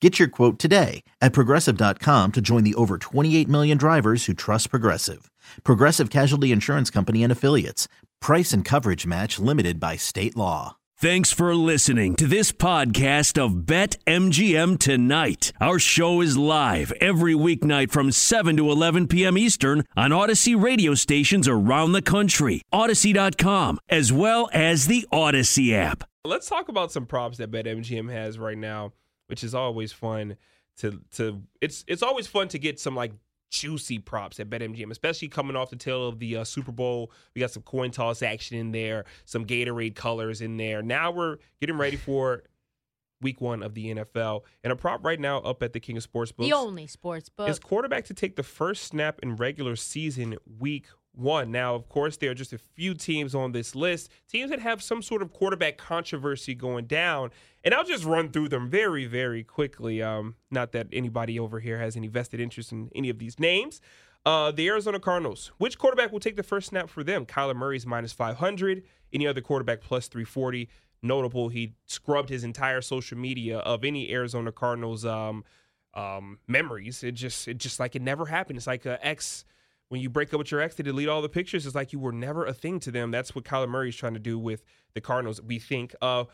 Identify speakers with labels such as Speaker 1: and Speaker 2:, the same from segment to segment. Speaker 1: Get your quote today at progressive.com to join the over 28 million drivers who trust Progressive. Progressive Casualty Insurance Company and Affiliates. Price and coverage match limited by state law.
Speaker 2: Thanks for listening to this podcast of Bet MGM Tonight. Our show is live every weeknight from 7 to 11 p.m. Eastern on Odyssey radio stations around the country, Odyssey.com, as well as the Odyssey app.
Speaker 3: Let's talk about some props that BetMGM has right now, which is always fun to to it's it's always fun to get some like juicy props at BetMGM, especially coming off the tail of the uh, Super Bowl. We got some coin toss action in there, some Gatorade colors in there. Now we're getting ready for week 1 of the NFL. And a prop right now up at the King of Sportsbooks
Speaker 4: The only sports book.
Speaker 3: is quarterback to take the first snap in regular season week one. Now, of course, there are just a few teams on this list, teams that have some sort of quarterback controversy going down. And I'll just run through them very, very quickly. Um, not that anybody over here has any vested interest in any of these names. Uh, the Arizona Cardinals. Which quarterback will take the first snap for them? Kyler Murray's minus 500. Any other quarterback plus 340. Notable, he scrubbed his entire social media of any Arizona Cardinals um, um, memories. It just it just like it never happened. It's like a ex when you break up with your ex to delete all the pictures. It's like you were never a thing to them. That's what Kyler Murray's trying to do with the Cardinals. We think. Uh,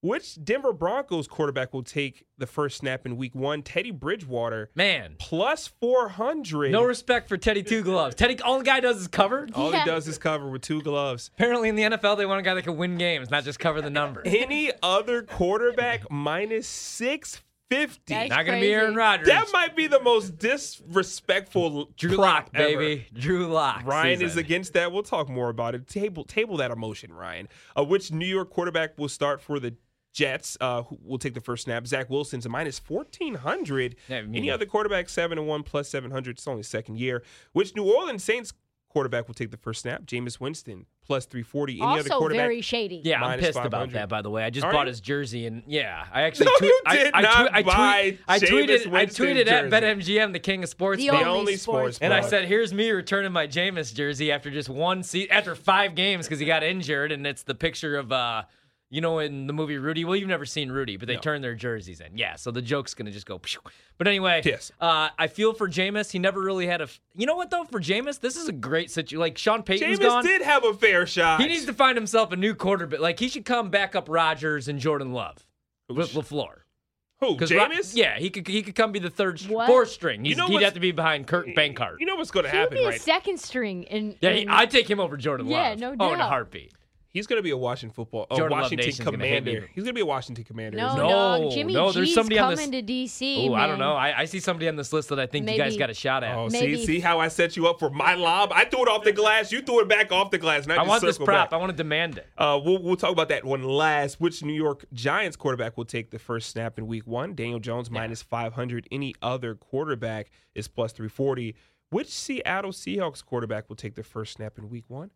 Speaker 3: which Denver Broncos quarterback will take the first snap in Week One? Teddy Bridgewater
Speaker 5: Man,
Speaker 3: plus four hundred.
Speaker 5: no respect for Teddy Two Gloves. Teddy, all the guy does is cover.
Speaker 3: all
Speaker 4: Yeah.
Speaker 3: he does is cover with two gloves.
Speaker 5: Apparently, in the NFL, they want a guy that can win games, not just cover the number.
Speaker 3: Any other quarterback minus six fifty.
Speaker 4: That's
Speaker 5: not gonna be
Speaker 4: crazy.
Speaker 5: Aaron Rodgers.
Speaker 3: That might be the most disrespectful
Speaker 5: Drew
Speaker 3: prop
Speaker 5: Lock, baby. Drew Lock.
Speaker 3: Ryan is
Speaker 5: season.
Speaker 3: against that. We'll talk more about it. Table table that emotion, Ryan. Uh, which New York quarterback will start for the Jets? Uh, who will take the first snap? Zach Wilson's a minus fourteen hundred.
Speaker 5: Yeah, I mean-
Speaker 3: Any other quarterback seven and one plus seven hundred. It's only second year. Which New Orleans Saints quarterback will take the first snap? Jameis Winston plus three forty. Any other
Speaker 4: also
Speaker 3: quarterback?
Speaker 4: very shady.
Speaker 5: Yeah, I'm
Speaker 3: Minus
Speaker 5: pissed about
Speaker 3: 500.
Speaker 5: that. By the way, I just
Speaker 3: Are
Speaker 5: bought
Speaker 3: you?
Speaker 5: his jersey, and yeah, I actually
Speaker 3: No,
Speaker 5: tweet-
Speaker 3: you
Speaker 5: I-
Speaker 3: did
Speaker 5: I,
Speaker 3: not
Speaker 5: tweet- I, tweet-
Speaker 3: buy
Speaker 5: I
Speaker 3: Jameis
Speaker 5: tweeted, I
Speaker 3: Winston
Speaker 5: tweeted at
Speaker 3: jersey.
Speaker 5: BetMGM, the king of sports,
Speaker 4: The
Speaker 3: the
Speaker 5: bro.
Speaker 4: only,
Speaker 3: only sports
Speaker 4: sports.
Speaker 5: and I
Speaker 3: Right.
Speaker 5: said, "Here's me returning my Jameis jersey after just one se- after five games because he got injured, and it's the picture of uh, you know, in the movie Rudy. Well, you've never seen Rudy, but they turn their jerseys in. Yeah, so the joke's gonna just go. Phew. But anyway,
Speaker 3: Yes.
Speaker 5: uh, I feel for Jameis. He never really had a. F- you know what though? For Jameis, this is a great situation. Like Sean Payton's
Speaker 3: Jameis
Speaker 5: gone.
Speaker 3: did have a fair shot.
Speaker 5: He needs to find himself a new quarterback. Like he should come back up Rodgers and Jordan Love with Lafleur.
Speaker 3: who?
Speaker 5: 'Cause Ro-
Speaker 3: Jameis?
Speaker 5: yeah, he could he could come be the third, str-
Speaker 4: What?
Speaker 5: fourth string.
Speaker 3: You
Speaker 5: He's,
Speaker 3: know
Speaker 5: he'd
Speaker 3: what's-
Speaker 5: have to be behind Kirk Bankard.
Speaker 3: You know what's going to
Speaker 4: He would
Speaker 3: happen,
Speaker 4: be
Speaker 3: right?
Speaker 4: a second string in.
Speaker 5: yeah, he,
Speaker 4: in-
Speaker 5: I'd take him over Jordan
Speaker 4: Yeah,
Speaker 5: Love.
Speaker 4: no
Speaker 5: Oh, in a
Speaker 4: doubt.
Speaker 5: heartbeat.
Speaker 3: He's going to be a Washington football, a
Speaker 5: Jordan Love
Speaker 3: Washington
Speaker 5: Nation's gonna hate
Speaker 3: commander.
Speaker 5: me.
Speaker 3: He's going to be a Washington commander.
Speaker 4: no,
Speaker 3: isn't he?
Speaker 5: No,
Speaker 4: dog. Jimmy
Speaker 5: no, there's
Speaker 4: G's
Speaker 5: somebody on
Speaker 4: coming
Speaker 5: this-
Speaker 4: to DC.
Speaker 5: Ooh, I
Speaker 4: man.
Speaker 5: don't know. I, I see somebody on this list that I think you guys
Speaker 4: Maybe.
Speaker 5: got a shot at.
Speaker 3: Oh, see,
Speaker 4: Maybe-
Speaker 3: see how I set you up for my lob? I threw it off the glass. You threw it back off the glass. And I,
Speaker 5: I
Speaker 3: just
Speaker 5: want this
Speaker 3: circled
Speaker 5: prop. I
Speaker 3: back.
Speaker 5: want to demand it.
Speaker 3: Uh, we'll, we'll talk about that one last. Which New York Giants quarterback will take the first snap in week one? Daniel Jones minus 500. Any other quarterback is plus 340. Which Seattle Seahawks quarterback will take the first snap in week one?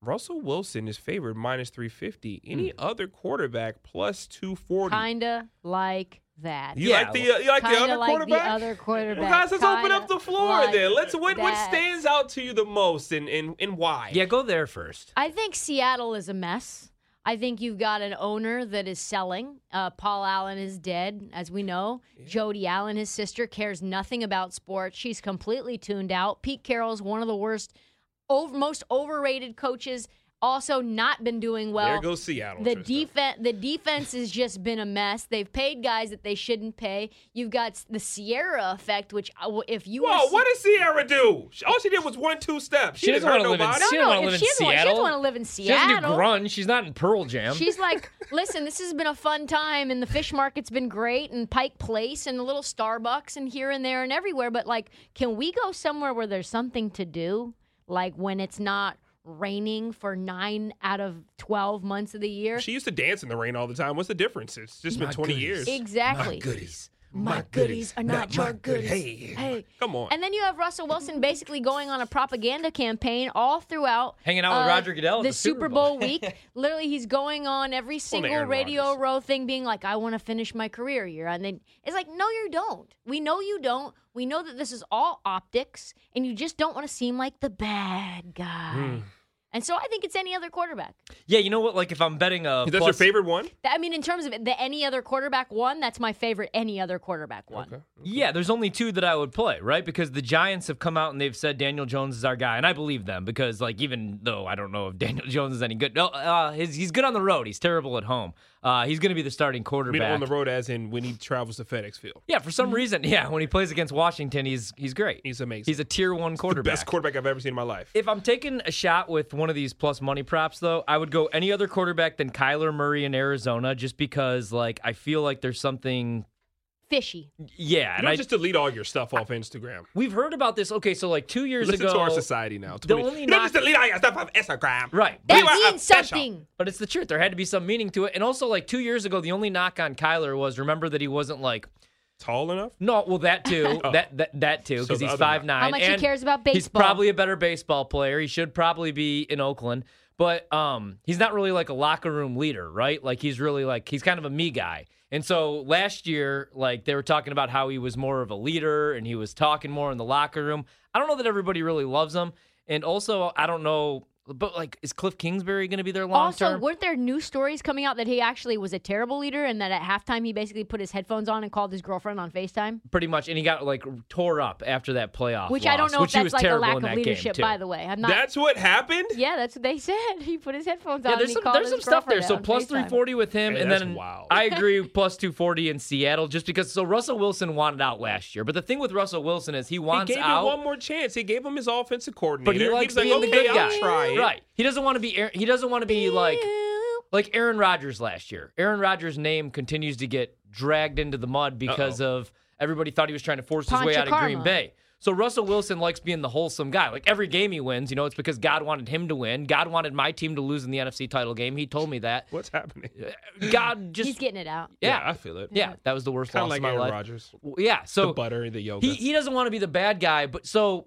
Speaker 3: Russell Wilson is favored minus 350. Any
Speaker 5: Hmm.
Speaker 3: other quarterback plus 240.
Speaker 4: Kinda like that.
Speaker 3: You
Speaker 5: Yeah,
Speaker 3: like the uh, you like the
Speaker 4: Kinda
Speaker 3: other
Speaker 4: like
Speaker 3: quarterback?
Speaker 4: the other quarterback.
Speaker 3: Well, guys, let's open
Speaker 4: Kinda
Speaker 3: up the floor
Speaker 4: like
Speaker 3: then. Let's what what
Speaker 4: that.
Speaker 3: stands out to you the most and and, and why?
Speaker 5: Yeah, go there first.
Speaker 4: I think Seattle is a mess. I think you've got an owner that is selling. Uh, Paul Allen is dead, as we know. Jody Allen, his sister, cares nothing about sports. She's completely tuned out. Pete Carroll's one of the worst, over, most overrated coaches. Also, not been doing well.
Speaker 3: there goes Seattle.
Speaker 4: The
Speaker 3: Tristan.
Speaker 4: defense, the defense has just been a mess. They've paid guys that they shouldn't pay. You've got s- the Sierra effect, which I w- if you
Speaker 3: Whoa,
Speaker 4: were,
Speaker 3: what did Sierra do? She- All she did was one two steps. She,
Speaker 5: She
Speaker 3: didn't
Speaker 5: doesn't
Speaker 3: hurt
Speaker 5: wanna live in
Speaker 3: nobody.
Speaker 4: no,
Speaker 5: She
Speaker 4: no,
Speaker 5: doesn't wanna
Speaker 4: if
Speaker 5: live
Speaker 4: she
Speaker 5: in
Speaker 4: doesn't, wa- she
Speaker 5: Seattle.
Speaker 4: doesn't want to live in
Speaker 5: She doesn't do
Speaker 4: Seattle.
Speaker 5: grunge. She's not in Pearl Jam.
Speaker 4: She's like, listen, this has been a fun time, and the fish market's been great, and Pike Place, and a little Starbucks, and here and there, and everywhere. But like, can we go somewhere where there's something to do, like when it's not raining for nine out of twelve months of the year?
Speaker 3: She used to dance in the rain all the time. What's the difference? It's just been 20 years.
Speaker 4: exactly.
Speaker 5: goodies.
Speaker 4: My, goodies, are not, your goodies.
Speaker 3: Hey,
Speaker 4: Hey.
Speaker 3: come on.
Speaker 4: And then you have Russell Wilson basically going on a propaganda campaign all throughout uh,
Speaker 5: Hanging out with Roger Goodell at
Speaker 4: the
Speaker 5: the
Speaker 4: Super,
Speaker 5: Super
Speaker 4: Bowl
Speaker 5: Bowl.
Speaker 4: week. Literally, he's going on every single
Speaker 3: Aaron
Speaker 4: radio
Speaker 3: Rodgers.
Speaker 4: row thing, being like, "I want to finish my career here," and then it's like, "No, you don't. We know you don't. We know that this is all optics, and you just don't want to seem like the bad guy." And so I think it's any other quarterback.
Speaker 5: Yeah, you know what? Like if I'm betting a
Speaker 3: That's
Speaker 5: plus,
Speaker 3: your favorite one?
Speaker 4: Th- I mean, in terms of the any other quarterback one, that's my favorite any other quarterback one.
Speaker 5: Yeah, there's only two that I would play, right? Because the Giants have come out and they've said Daniel Jones is our guy, and I believe them because, like, even though I don't know if Daniel Jones is any good, no, uh, he's, he's good on the road. He's terrible at home. Uh, he's going to be the starting
Speaker 3: I
Speaker 5: quarterback
Speaker 3: mean, on the road, as in when he travels to FedEx Field.
Speaker 5: Yeah, for some reason, yeah, when he plays against Washington, he's he's great.
Speaker 3: Mm-hmm. He's amazing.
Speaker 5: He's a tier one quarterback.
Speaker 3: Best quarterback I've ever seen in my life.
Speaker 5: If I'm taking a shot with one of these plus money props, though, I would go any other quarterback than Kyler Murray in Arizona, just because like I feel like there's something.
Speaker 4: Fishy.
Speaker 5: Yeah,
Speaker 3: You
Speaker 5: and
Speaker 3: don't
Speaker 5: I
Speaker 3: just delete all your stuff off Instagram.
Speaker 5: we've heard about this. Okay, so like two years
Speaker 3: Listen
Speaker 5: ago,
Speaker 3: to our society now.
Speaker 5: the
Speaker 3: Twenty-
Speaker 5: only
Speaker 3: you don't just
Speaker 5: knock-
Speaker 3: delete all your stuff off Instagram.
Speaker 5: Right.
Speaker 3: We
Speaker 4: That
Speaker 3: were
Speaker 4: means
Speaker 3: official.
Speaker 4: something.
Speaker 5: But it's the truth. There had to be some meaning to it. And also, like two years ago, the only knock on Kyler was remember that he wasn't like
Speaker 3: Tall enough?
Speaker 5: No, well, that too. That that that too,
Speaker 3: Oh. So
Speaker 5: because
Speaker 3: the
Speaker 5: he's
Speaker 3: other
Speaker 5: five nine.
Speaker 4: How much he cares about
Speaker 5: He's
Speaker 4: baseball.
Speaker 5: probably a better baseball player. He should probably be in Oakland, but um, he's not really like a locker room leader, right? Like he's really like he's kind of a me guy. And so last year, like they were talking about how he was more of a leader and he was talking more in the locker room. I don't know that everybody really loves him, and also I don't know. But like, is Cliff Kingsbury going to be there long
Speaker 4: also,
Speaker 5: term?
Speaker 4: weren't there news stories coming out that he actually was a terrible leader and that at halftime he basically put his headphones on and called his girlfriend on FaceTime?
Speaker 5: Pretty much, and he got like tore up after that playoff,
Speaker 4: Which I
Speaker 5: loss,
Speaker 4: don't know
Speaker 5: which
Speaker 4: if
Speaker 5: he
Speaker 4: that's
Speaker 5: was
Speaker 4: like a
Speaker 5: terrible
Speaker 4: lack
Speaker 5: in
Speaker 4: of
Speaker 5: that game,
Speaker 4: leadership,
Speaker 5: too.
Speaker 4: by the way. I'm not.
Speaker 3: That's what happened?
Speaker 4: yeah, that's what they said. He put his headphones
Speaker 5: Yeah,
Speaker 4: on. and
Speaker 5: there's
Speaker 4: he
Speaker 5: some,
Speaker 4: called
Speaker 5: there's
Speaker 4: his
Speaker 5: some stuff there.
Speaker 4: girlfriend
Speaker 5: So
Speaker 4: on
Speaker 5: plus
Speaker 4: FaceTime.
Speaker 5: 340 with him,
Speaker 3: Hey,
Speaker 5: and
Speaker 3: that's
Speaker 5: then
Speaker 3: wild.
Speaker 5: I agree plus 240 in Seattle just because. So Russell Wilson wanted out last year, but the thing with Russell Wilson is he
Speaker 3: He
Speaker 5: wants
Speaker 3: gave him
Speaker 5: out,
Speaker 3: one more chance. He gave him his offensive coordinator.
Speaker 5: but he likes
Speaker 3: was like,
Speaker 5: being
Speaker 3: okay,
Speaker 5: the good
Speaker 3: I'll
Speaker 5: guy.
Speaker 3: try it.
Speaker 5: Right? He doesn't want to be. Aaron- He doesn't want to be like like Aaron Rodgers last year. Aaron Rodgers' name continues to get dragged into the mud because of everybody thought he was trying to force his way
Speaker 4: Pancha
Speaker 5: out of Green
Speaker 4: karma.
Speaker 5: Bay. So Russell Wilson likes being the wholesome guy. Like every game he wins, you know, it's because God wanted him to win. God wanted my team to lose in the NFC title game. He told me that.
Speaker 3: What's happening? Yeah,
Speaker 5: God just
Speaker 4: He's getting it out.
Speaker 5: yeah,
Speaker 3: I feel it.
Speaker 5: yeah, that was the worst
Speaker 3: Kind
Speaker 5: loss
Speaker 3: of like
Speaker 5: of
Speaker 3: Aaron
Speaker 5: my life.
Speaker 3: Rodgers.
Speaker 5: W- Yeah, so
Speaker 3: the butter and the yoga.
Speaker 5: he he doesn't want to be the bad guy, but so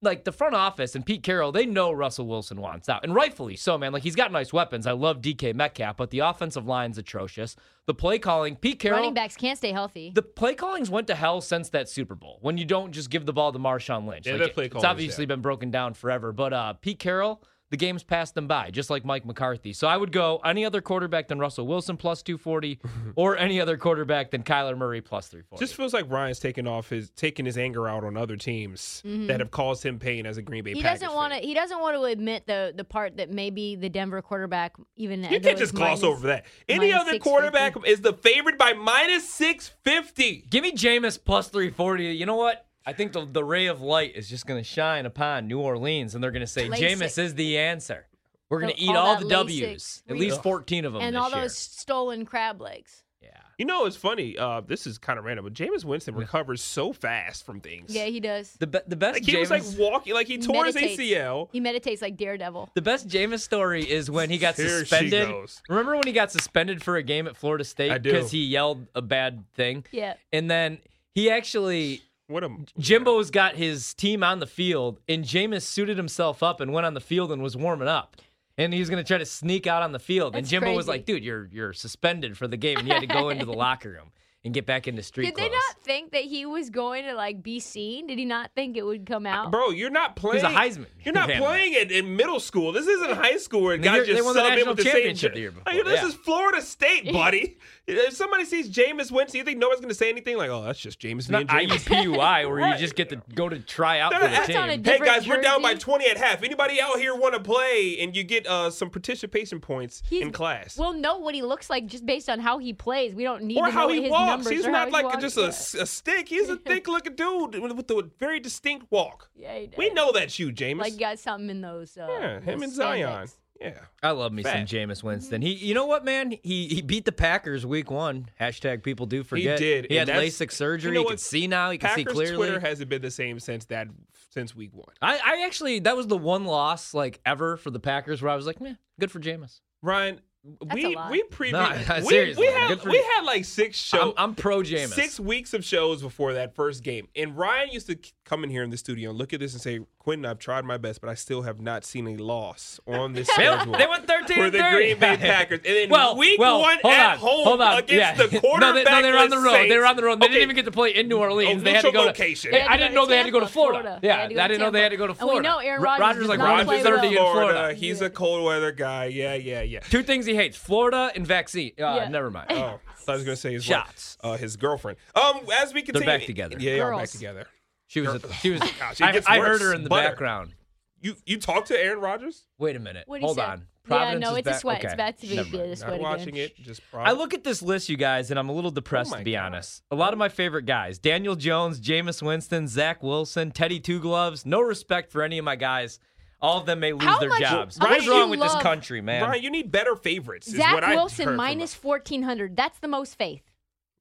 Speaker 5: like the front office and Pete Carroll, they know Russell Wilson wants out, and rightfully so, man. Like he's got nice weapons. I love DK Metcalf, but the offensive line's atrocious. The play calling, Pete Carroll,
Speaker 4: Running backs can't stay healthy.
Speaker 5: the play callings went to hell since that Super Bowl when you don't just give the ball to Marshawn Lynch.
Speaker 3: Yeah,
Speaker 5: Like,
Speaker 3: that play
Speaker 5: it's
Speaker 3: calling is
Speaker 5: obviously
Speaker 3: bad.
Speaker 5: been broken down forever. But uh, Pete Carroll, the game's passed them by, just like Mike McCarthy. So I would go any other quarterback than Russell Wilson plus 240 or any other quarterback than Kyler Murray plus 340.
Speaker 3: just feels like Ryan's taking off his taking his anger out on other teams that have caused him pain as a Green Bay.
Speaker 4: he
Speaker 3: Packers
Speaker 4: doesn't want to.
Speaker 3: fan.
Speaker 4: He doesn't want to admit the the part that maybe the Denver quarterback even.
Speaker 3: You can't just gloss over that. Any
Speaker 4: minus
Speaker 3: other
Speaker 4: 650.
Speaker 3: quarterback is the favorite by minus six fifty.
Speaker 5: Give me Jameis plus 340. You know what? I think the, the ray of light is just going to shine upon New Orleans, and they're going to say,
Speaker 4: LASIK.
Speaker 5: Jameis is the answer. We're going to
Speaker 4: So
Speaker 5: eat
Speaker 4: all
Speaker 5: all
Speaker 4: that
Speaker 5: the
Speaker 4: LASIK
Speaker 5: W's, at least
Speaker 4: research.
Speaker 5: 14 of them.
Speaker 4: And
Speaker 5: this
Speaker 4: all
Speaker 5: year.
Speaker 4: those stolen crab legs.
Speaker 5: Yeah.
Speaker 3: You know, it's funny. Uh, this is kind of random, but Jameis Winston recovers so fast from things.
Speaker 4: Yeah, he does.
Speaker 5: The, be- the best
Speaker 3: like Uh, he was
Speaker 5: Jameis.
Speaker 3: like walking, like he tore
Speaker 4: meditates.
Speaker 3: his ACL.
Speaker 4: He meditates like Daredevil.
Speaker 5: The best Jameis story is when he got
Speaker 3: Here she
Speaker 5: suspended.
Speaker 3: goes.
Speaker 5: Remember when he got suspended for a game at Florida State
Speaker 3: I do.
Speaker 5: because he yelled a bad thing?
Speaker 4: Yeah.
Speaker 5: And then he actually
Speaker 3: What a
Speaker 5: Jimbo's got his team on the field and Jameis suited himself up and went on the field and was warming up. And he was gonna try to sneak out on the field. and
Speaker 4: That's
Speaker 5: Jimbo was
Speaker 4: crazy.
Speaker 5: like, dude, you're you're suspended for the game. And he had to go into the locker room and get back into street
Speaker 4: Did
Speaker 5: clothes.
Speaker 4: they not think that he was going to like be seen? Did he not think it would come out?
Speaker 3: Bro, you're not
Speaker 5: was
Speaker 3: playing.
Speaker 5: a Heisman
Speaker 3: You're not
Speaker 5: candidate.
Speaker 3: playing it in middle school. This isn't high school where
Speaker 5: And
Speaker 3: guys
Speaker 5: they- they
Speaker 3: just
Speaker 5: won the
Speaker 3: sub in
Speaker 5: national
Speaker 3: with the same
Speaker 5: championship
Speaker 3: shit.
Speaker 5: the year before,
Speaker 3: Like, this
Speaker 5: yeah.
Speaker 3: is Florida State, buddy. if somebody sees Jameis Winston, you think no one's going to say anything? Like, oh, that's just Jameis.
Speaker 5: It's
Speaker 3: Me
Speaker 5: not E
Speaker 3: and Jameis.
Speaker 5: IUPUI where you just get to go to try out for
Speaker 3: That's
Speaker 5: the
Speaker 4: on a
Speaker 5: team.
Speaker 3: Hey
Speaker 4: different
Speaker 3: guys, we're down by
Speaker 4: jersey.
Speaker 3: 20 at half. Anybody out here want to play? And you get uh, some participation points
Speaker 4: He's-
Speaker 3: in class.
Speaker 4: We'll know what he looks like just based on how he plays. We don't need
Speaker 3: or
Speaker 4: to
Speaker 3: how
Speaker 4: know
Speaker 3: he
Speaker 4: his
Speaker 3: walks.
Speaker 4: numbers
Speaker 3: He's
Speaker 4: or how
Speaker 3: not
Speaker 4: he
Speaker 3: like
Speaker 4: walks.
Speaker 3: just a, s- a stick. He's a thick looking dude with a very distinct walk.
Speaker 4: yeah. Yeah, he
Speaker 3: We
Speaker 4: does.
Speaker 3: know that's you, Jameis.
Speaker 4: Like got something in those. Uh,
Speaker 3: yeah, him
Speaker 4: those
Speaker 3: and Zion.
Speaker 4: spandex.
Speaker 3: Yeah.
Speaker 5: I love me
Speaker 3: Fact.
Speaker 5: some Jameis Winston. He, you know what, man? He he beat the Packers week one. Hashtag people do forget.
Speaker 3: He did.
Speaker 5: He had
Speaker 3: and that's-
Speaker 5: LASIK surgery.
Speaker 3: you know
Speaker 5: he
Speaker 3: what?
Speaker 5: can see now. He can
Speaker 3: Packers
Speaker 5: see clearly.
Speaker 3: Twitter hasn't been the same since that since week one.
Speaker 5: I, I actually that was the one loss like ever for the Packers where I was like, man, good for Jameis.
Speaker 3: Ryan,
Speaker 4: That's a
Speaker 3: we
Speaker 4: lot.
Speaker 3: we previewed.
Speaker 5: Nah,
Speaker 3: we,
Speaker 5: seriously,
Speaker 3: we
Speaker 5: good
Speaker 3: had
Speaker 5: for
Speaker 3: we
Speaker 5: you.
Speaker 3: had like six
Speaker 5: I'm,
Speaker 3: shows.
Speaker 5: I'm pro Jameis.
Speaker 3: Six weeks of shows before that first game. And Ryan used to k- come in here in the studio and look at this and say, Quentin, I've tried my best, but I still have not seen a loss on this
Speaker 5: They,
Speaker 3: schedule.
Speaker 5: they went 13
Speaker 3: for
Speaker 5: and
Speaker 3: the
Speaker 5: 30.
Speaker 3: Green Bay Packers. And then
Speaker 5: Well,
Speaker 3: week
Speaker 5: well,
Speaker 3: one
Speaker 5: hold
Speaker 3: at
Speaker 5: on,
Speaker 3: home
Speaker 5: hold on.
Speaker 3: against
Speaker 5: yeah.
Speaker 3: the
Speaker 5: no,
Speaker 3: quarterback.
Speaker 5: they, no, they were on the road.
Speaker 3: Saints.
Speaker 5: They were on the road. They
Speaker 3: Okay,
Speaker 5: didn't even get to play in New Orleans.
Speaker 3: Oh,
Speaker 5: they had to
Speaker 3: neutral
Speaker 5: go
Speaker 3: location.
Speaker 5: To,
Speaker 3: They had
Speaker 5: I didn't know they had to go to Florida.
Speaker 4: They
Speaker 5: Yeah,
Speaker 4: had to go
Speaker 5: I
Speaker 4: to
Speaker 5: didn't know they
Speaker 4: Tampa.
Speaker 5: had to go to
Speaker 4: And we
Speaker 5: Florida.
Speaker 4: know Aaron
Speaker 5: Ro-
Speaker 4: Rodgers does
Speaker 5: like
Speaker 4: not
Speaker 5: Rodgers
Speaker 4: play
Speaker 5: is already
Speaker 4: well.
Speaker 5: in Florida.
Speaker 3: He's a cold weather guy. Yeah, yeah, yeah.
Speaker 5: Two things he hates: Florida and vaccine. Uh,
Speaker 4: Yeah.
Speaker 5: Never mind.
Speaker 3: Oh, so I was gonna say his
Speaker 5: Shots.
Speaker 3: wife, uh, his girlfriend. Um, as we continue,
Speaker 5: back together.
Speaker 3: Yeah, they are back
Speaker 4: Girls.
Speaker 3: together.
Speaker 5: she was. A, she was.
Speaker 3: Gosh, it
Speaker 5: I,
Speaker 3: gets
Speaker 5: I
Speaker 3: worse.
Speaker 5: heard her in the
Speaker 3: Butter.
Speaker 5: background.
Speaker 3: You you talked to Aaron Rodgers?
Speaker 5: Wait a minute.
Speaker 4: What'd he
Speaker 5: Hold
Speaker 4: say?
Speaker 5: on.
Speaker 4: Yeah,
Speaker 5: Providence
Speaker 4: no,
Speaker 5: is
Speaker 4: it's a
Speaker 5: back-
Speaker 4: sweat. It's
Speaker 5: okay.
Speaker 4: back to be-
Speaker 5: Never
Speaker 4: yeah,
Speaker 5: mind.
Speaker 4: it's-
Speaker 3: Not
Speaker 4: Sweat
Speaker 3: watching
Speaker 4: again.
Speaker 3: it. Just
Speaker 5: I look at this list, you guys, and I'm a little depressed
Speaker 3: Oh my
Speaker 5: to be
Speaker 3: God.
Speaker 5: honest. A lot of my favorite guys: Daniel Jones, Jameis Winston, Zach Wilson, Teddy Two Gloves. No respect for any of my guys. All of them may lose
Speaker 4: How
Speaker 5: their
Speaker 4: much-
Speaker 5: jobs.
Speaker 4: how
Speaker 5: What
Speaker 3: much
Speaker 5: is
Speaker 3: do
Speaker 5: wrong
Speaker 4: you
Speaker 5: with this
Speaker 4: love-
Speaker 5: country, man?
Speaker 3: Brian, you need better favorites. is
Speaker 4: Zach
Speaker 3: what I heard
Speaker 4: Wilson
Speaker 3: from-
Speaker 4: minus 1,400. That's the most faith.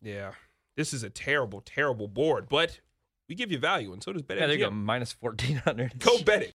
Speaker 3: Yeah, this is a terrible, terrible board, but we give you value, and so does
Speaker 5: yeah, there you go.
Speaker 3: BetMGM.
Speaker 5: Minus fourteen hundred.
Speaker 3: Go bet it.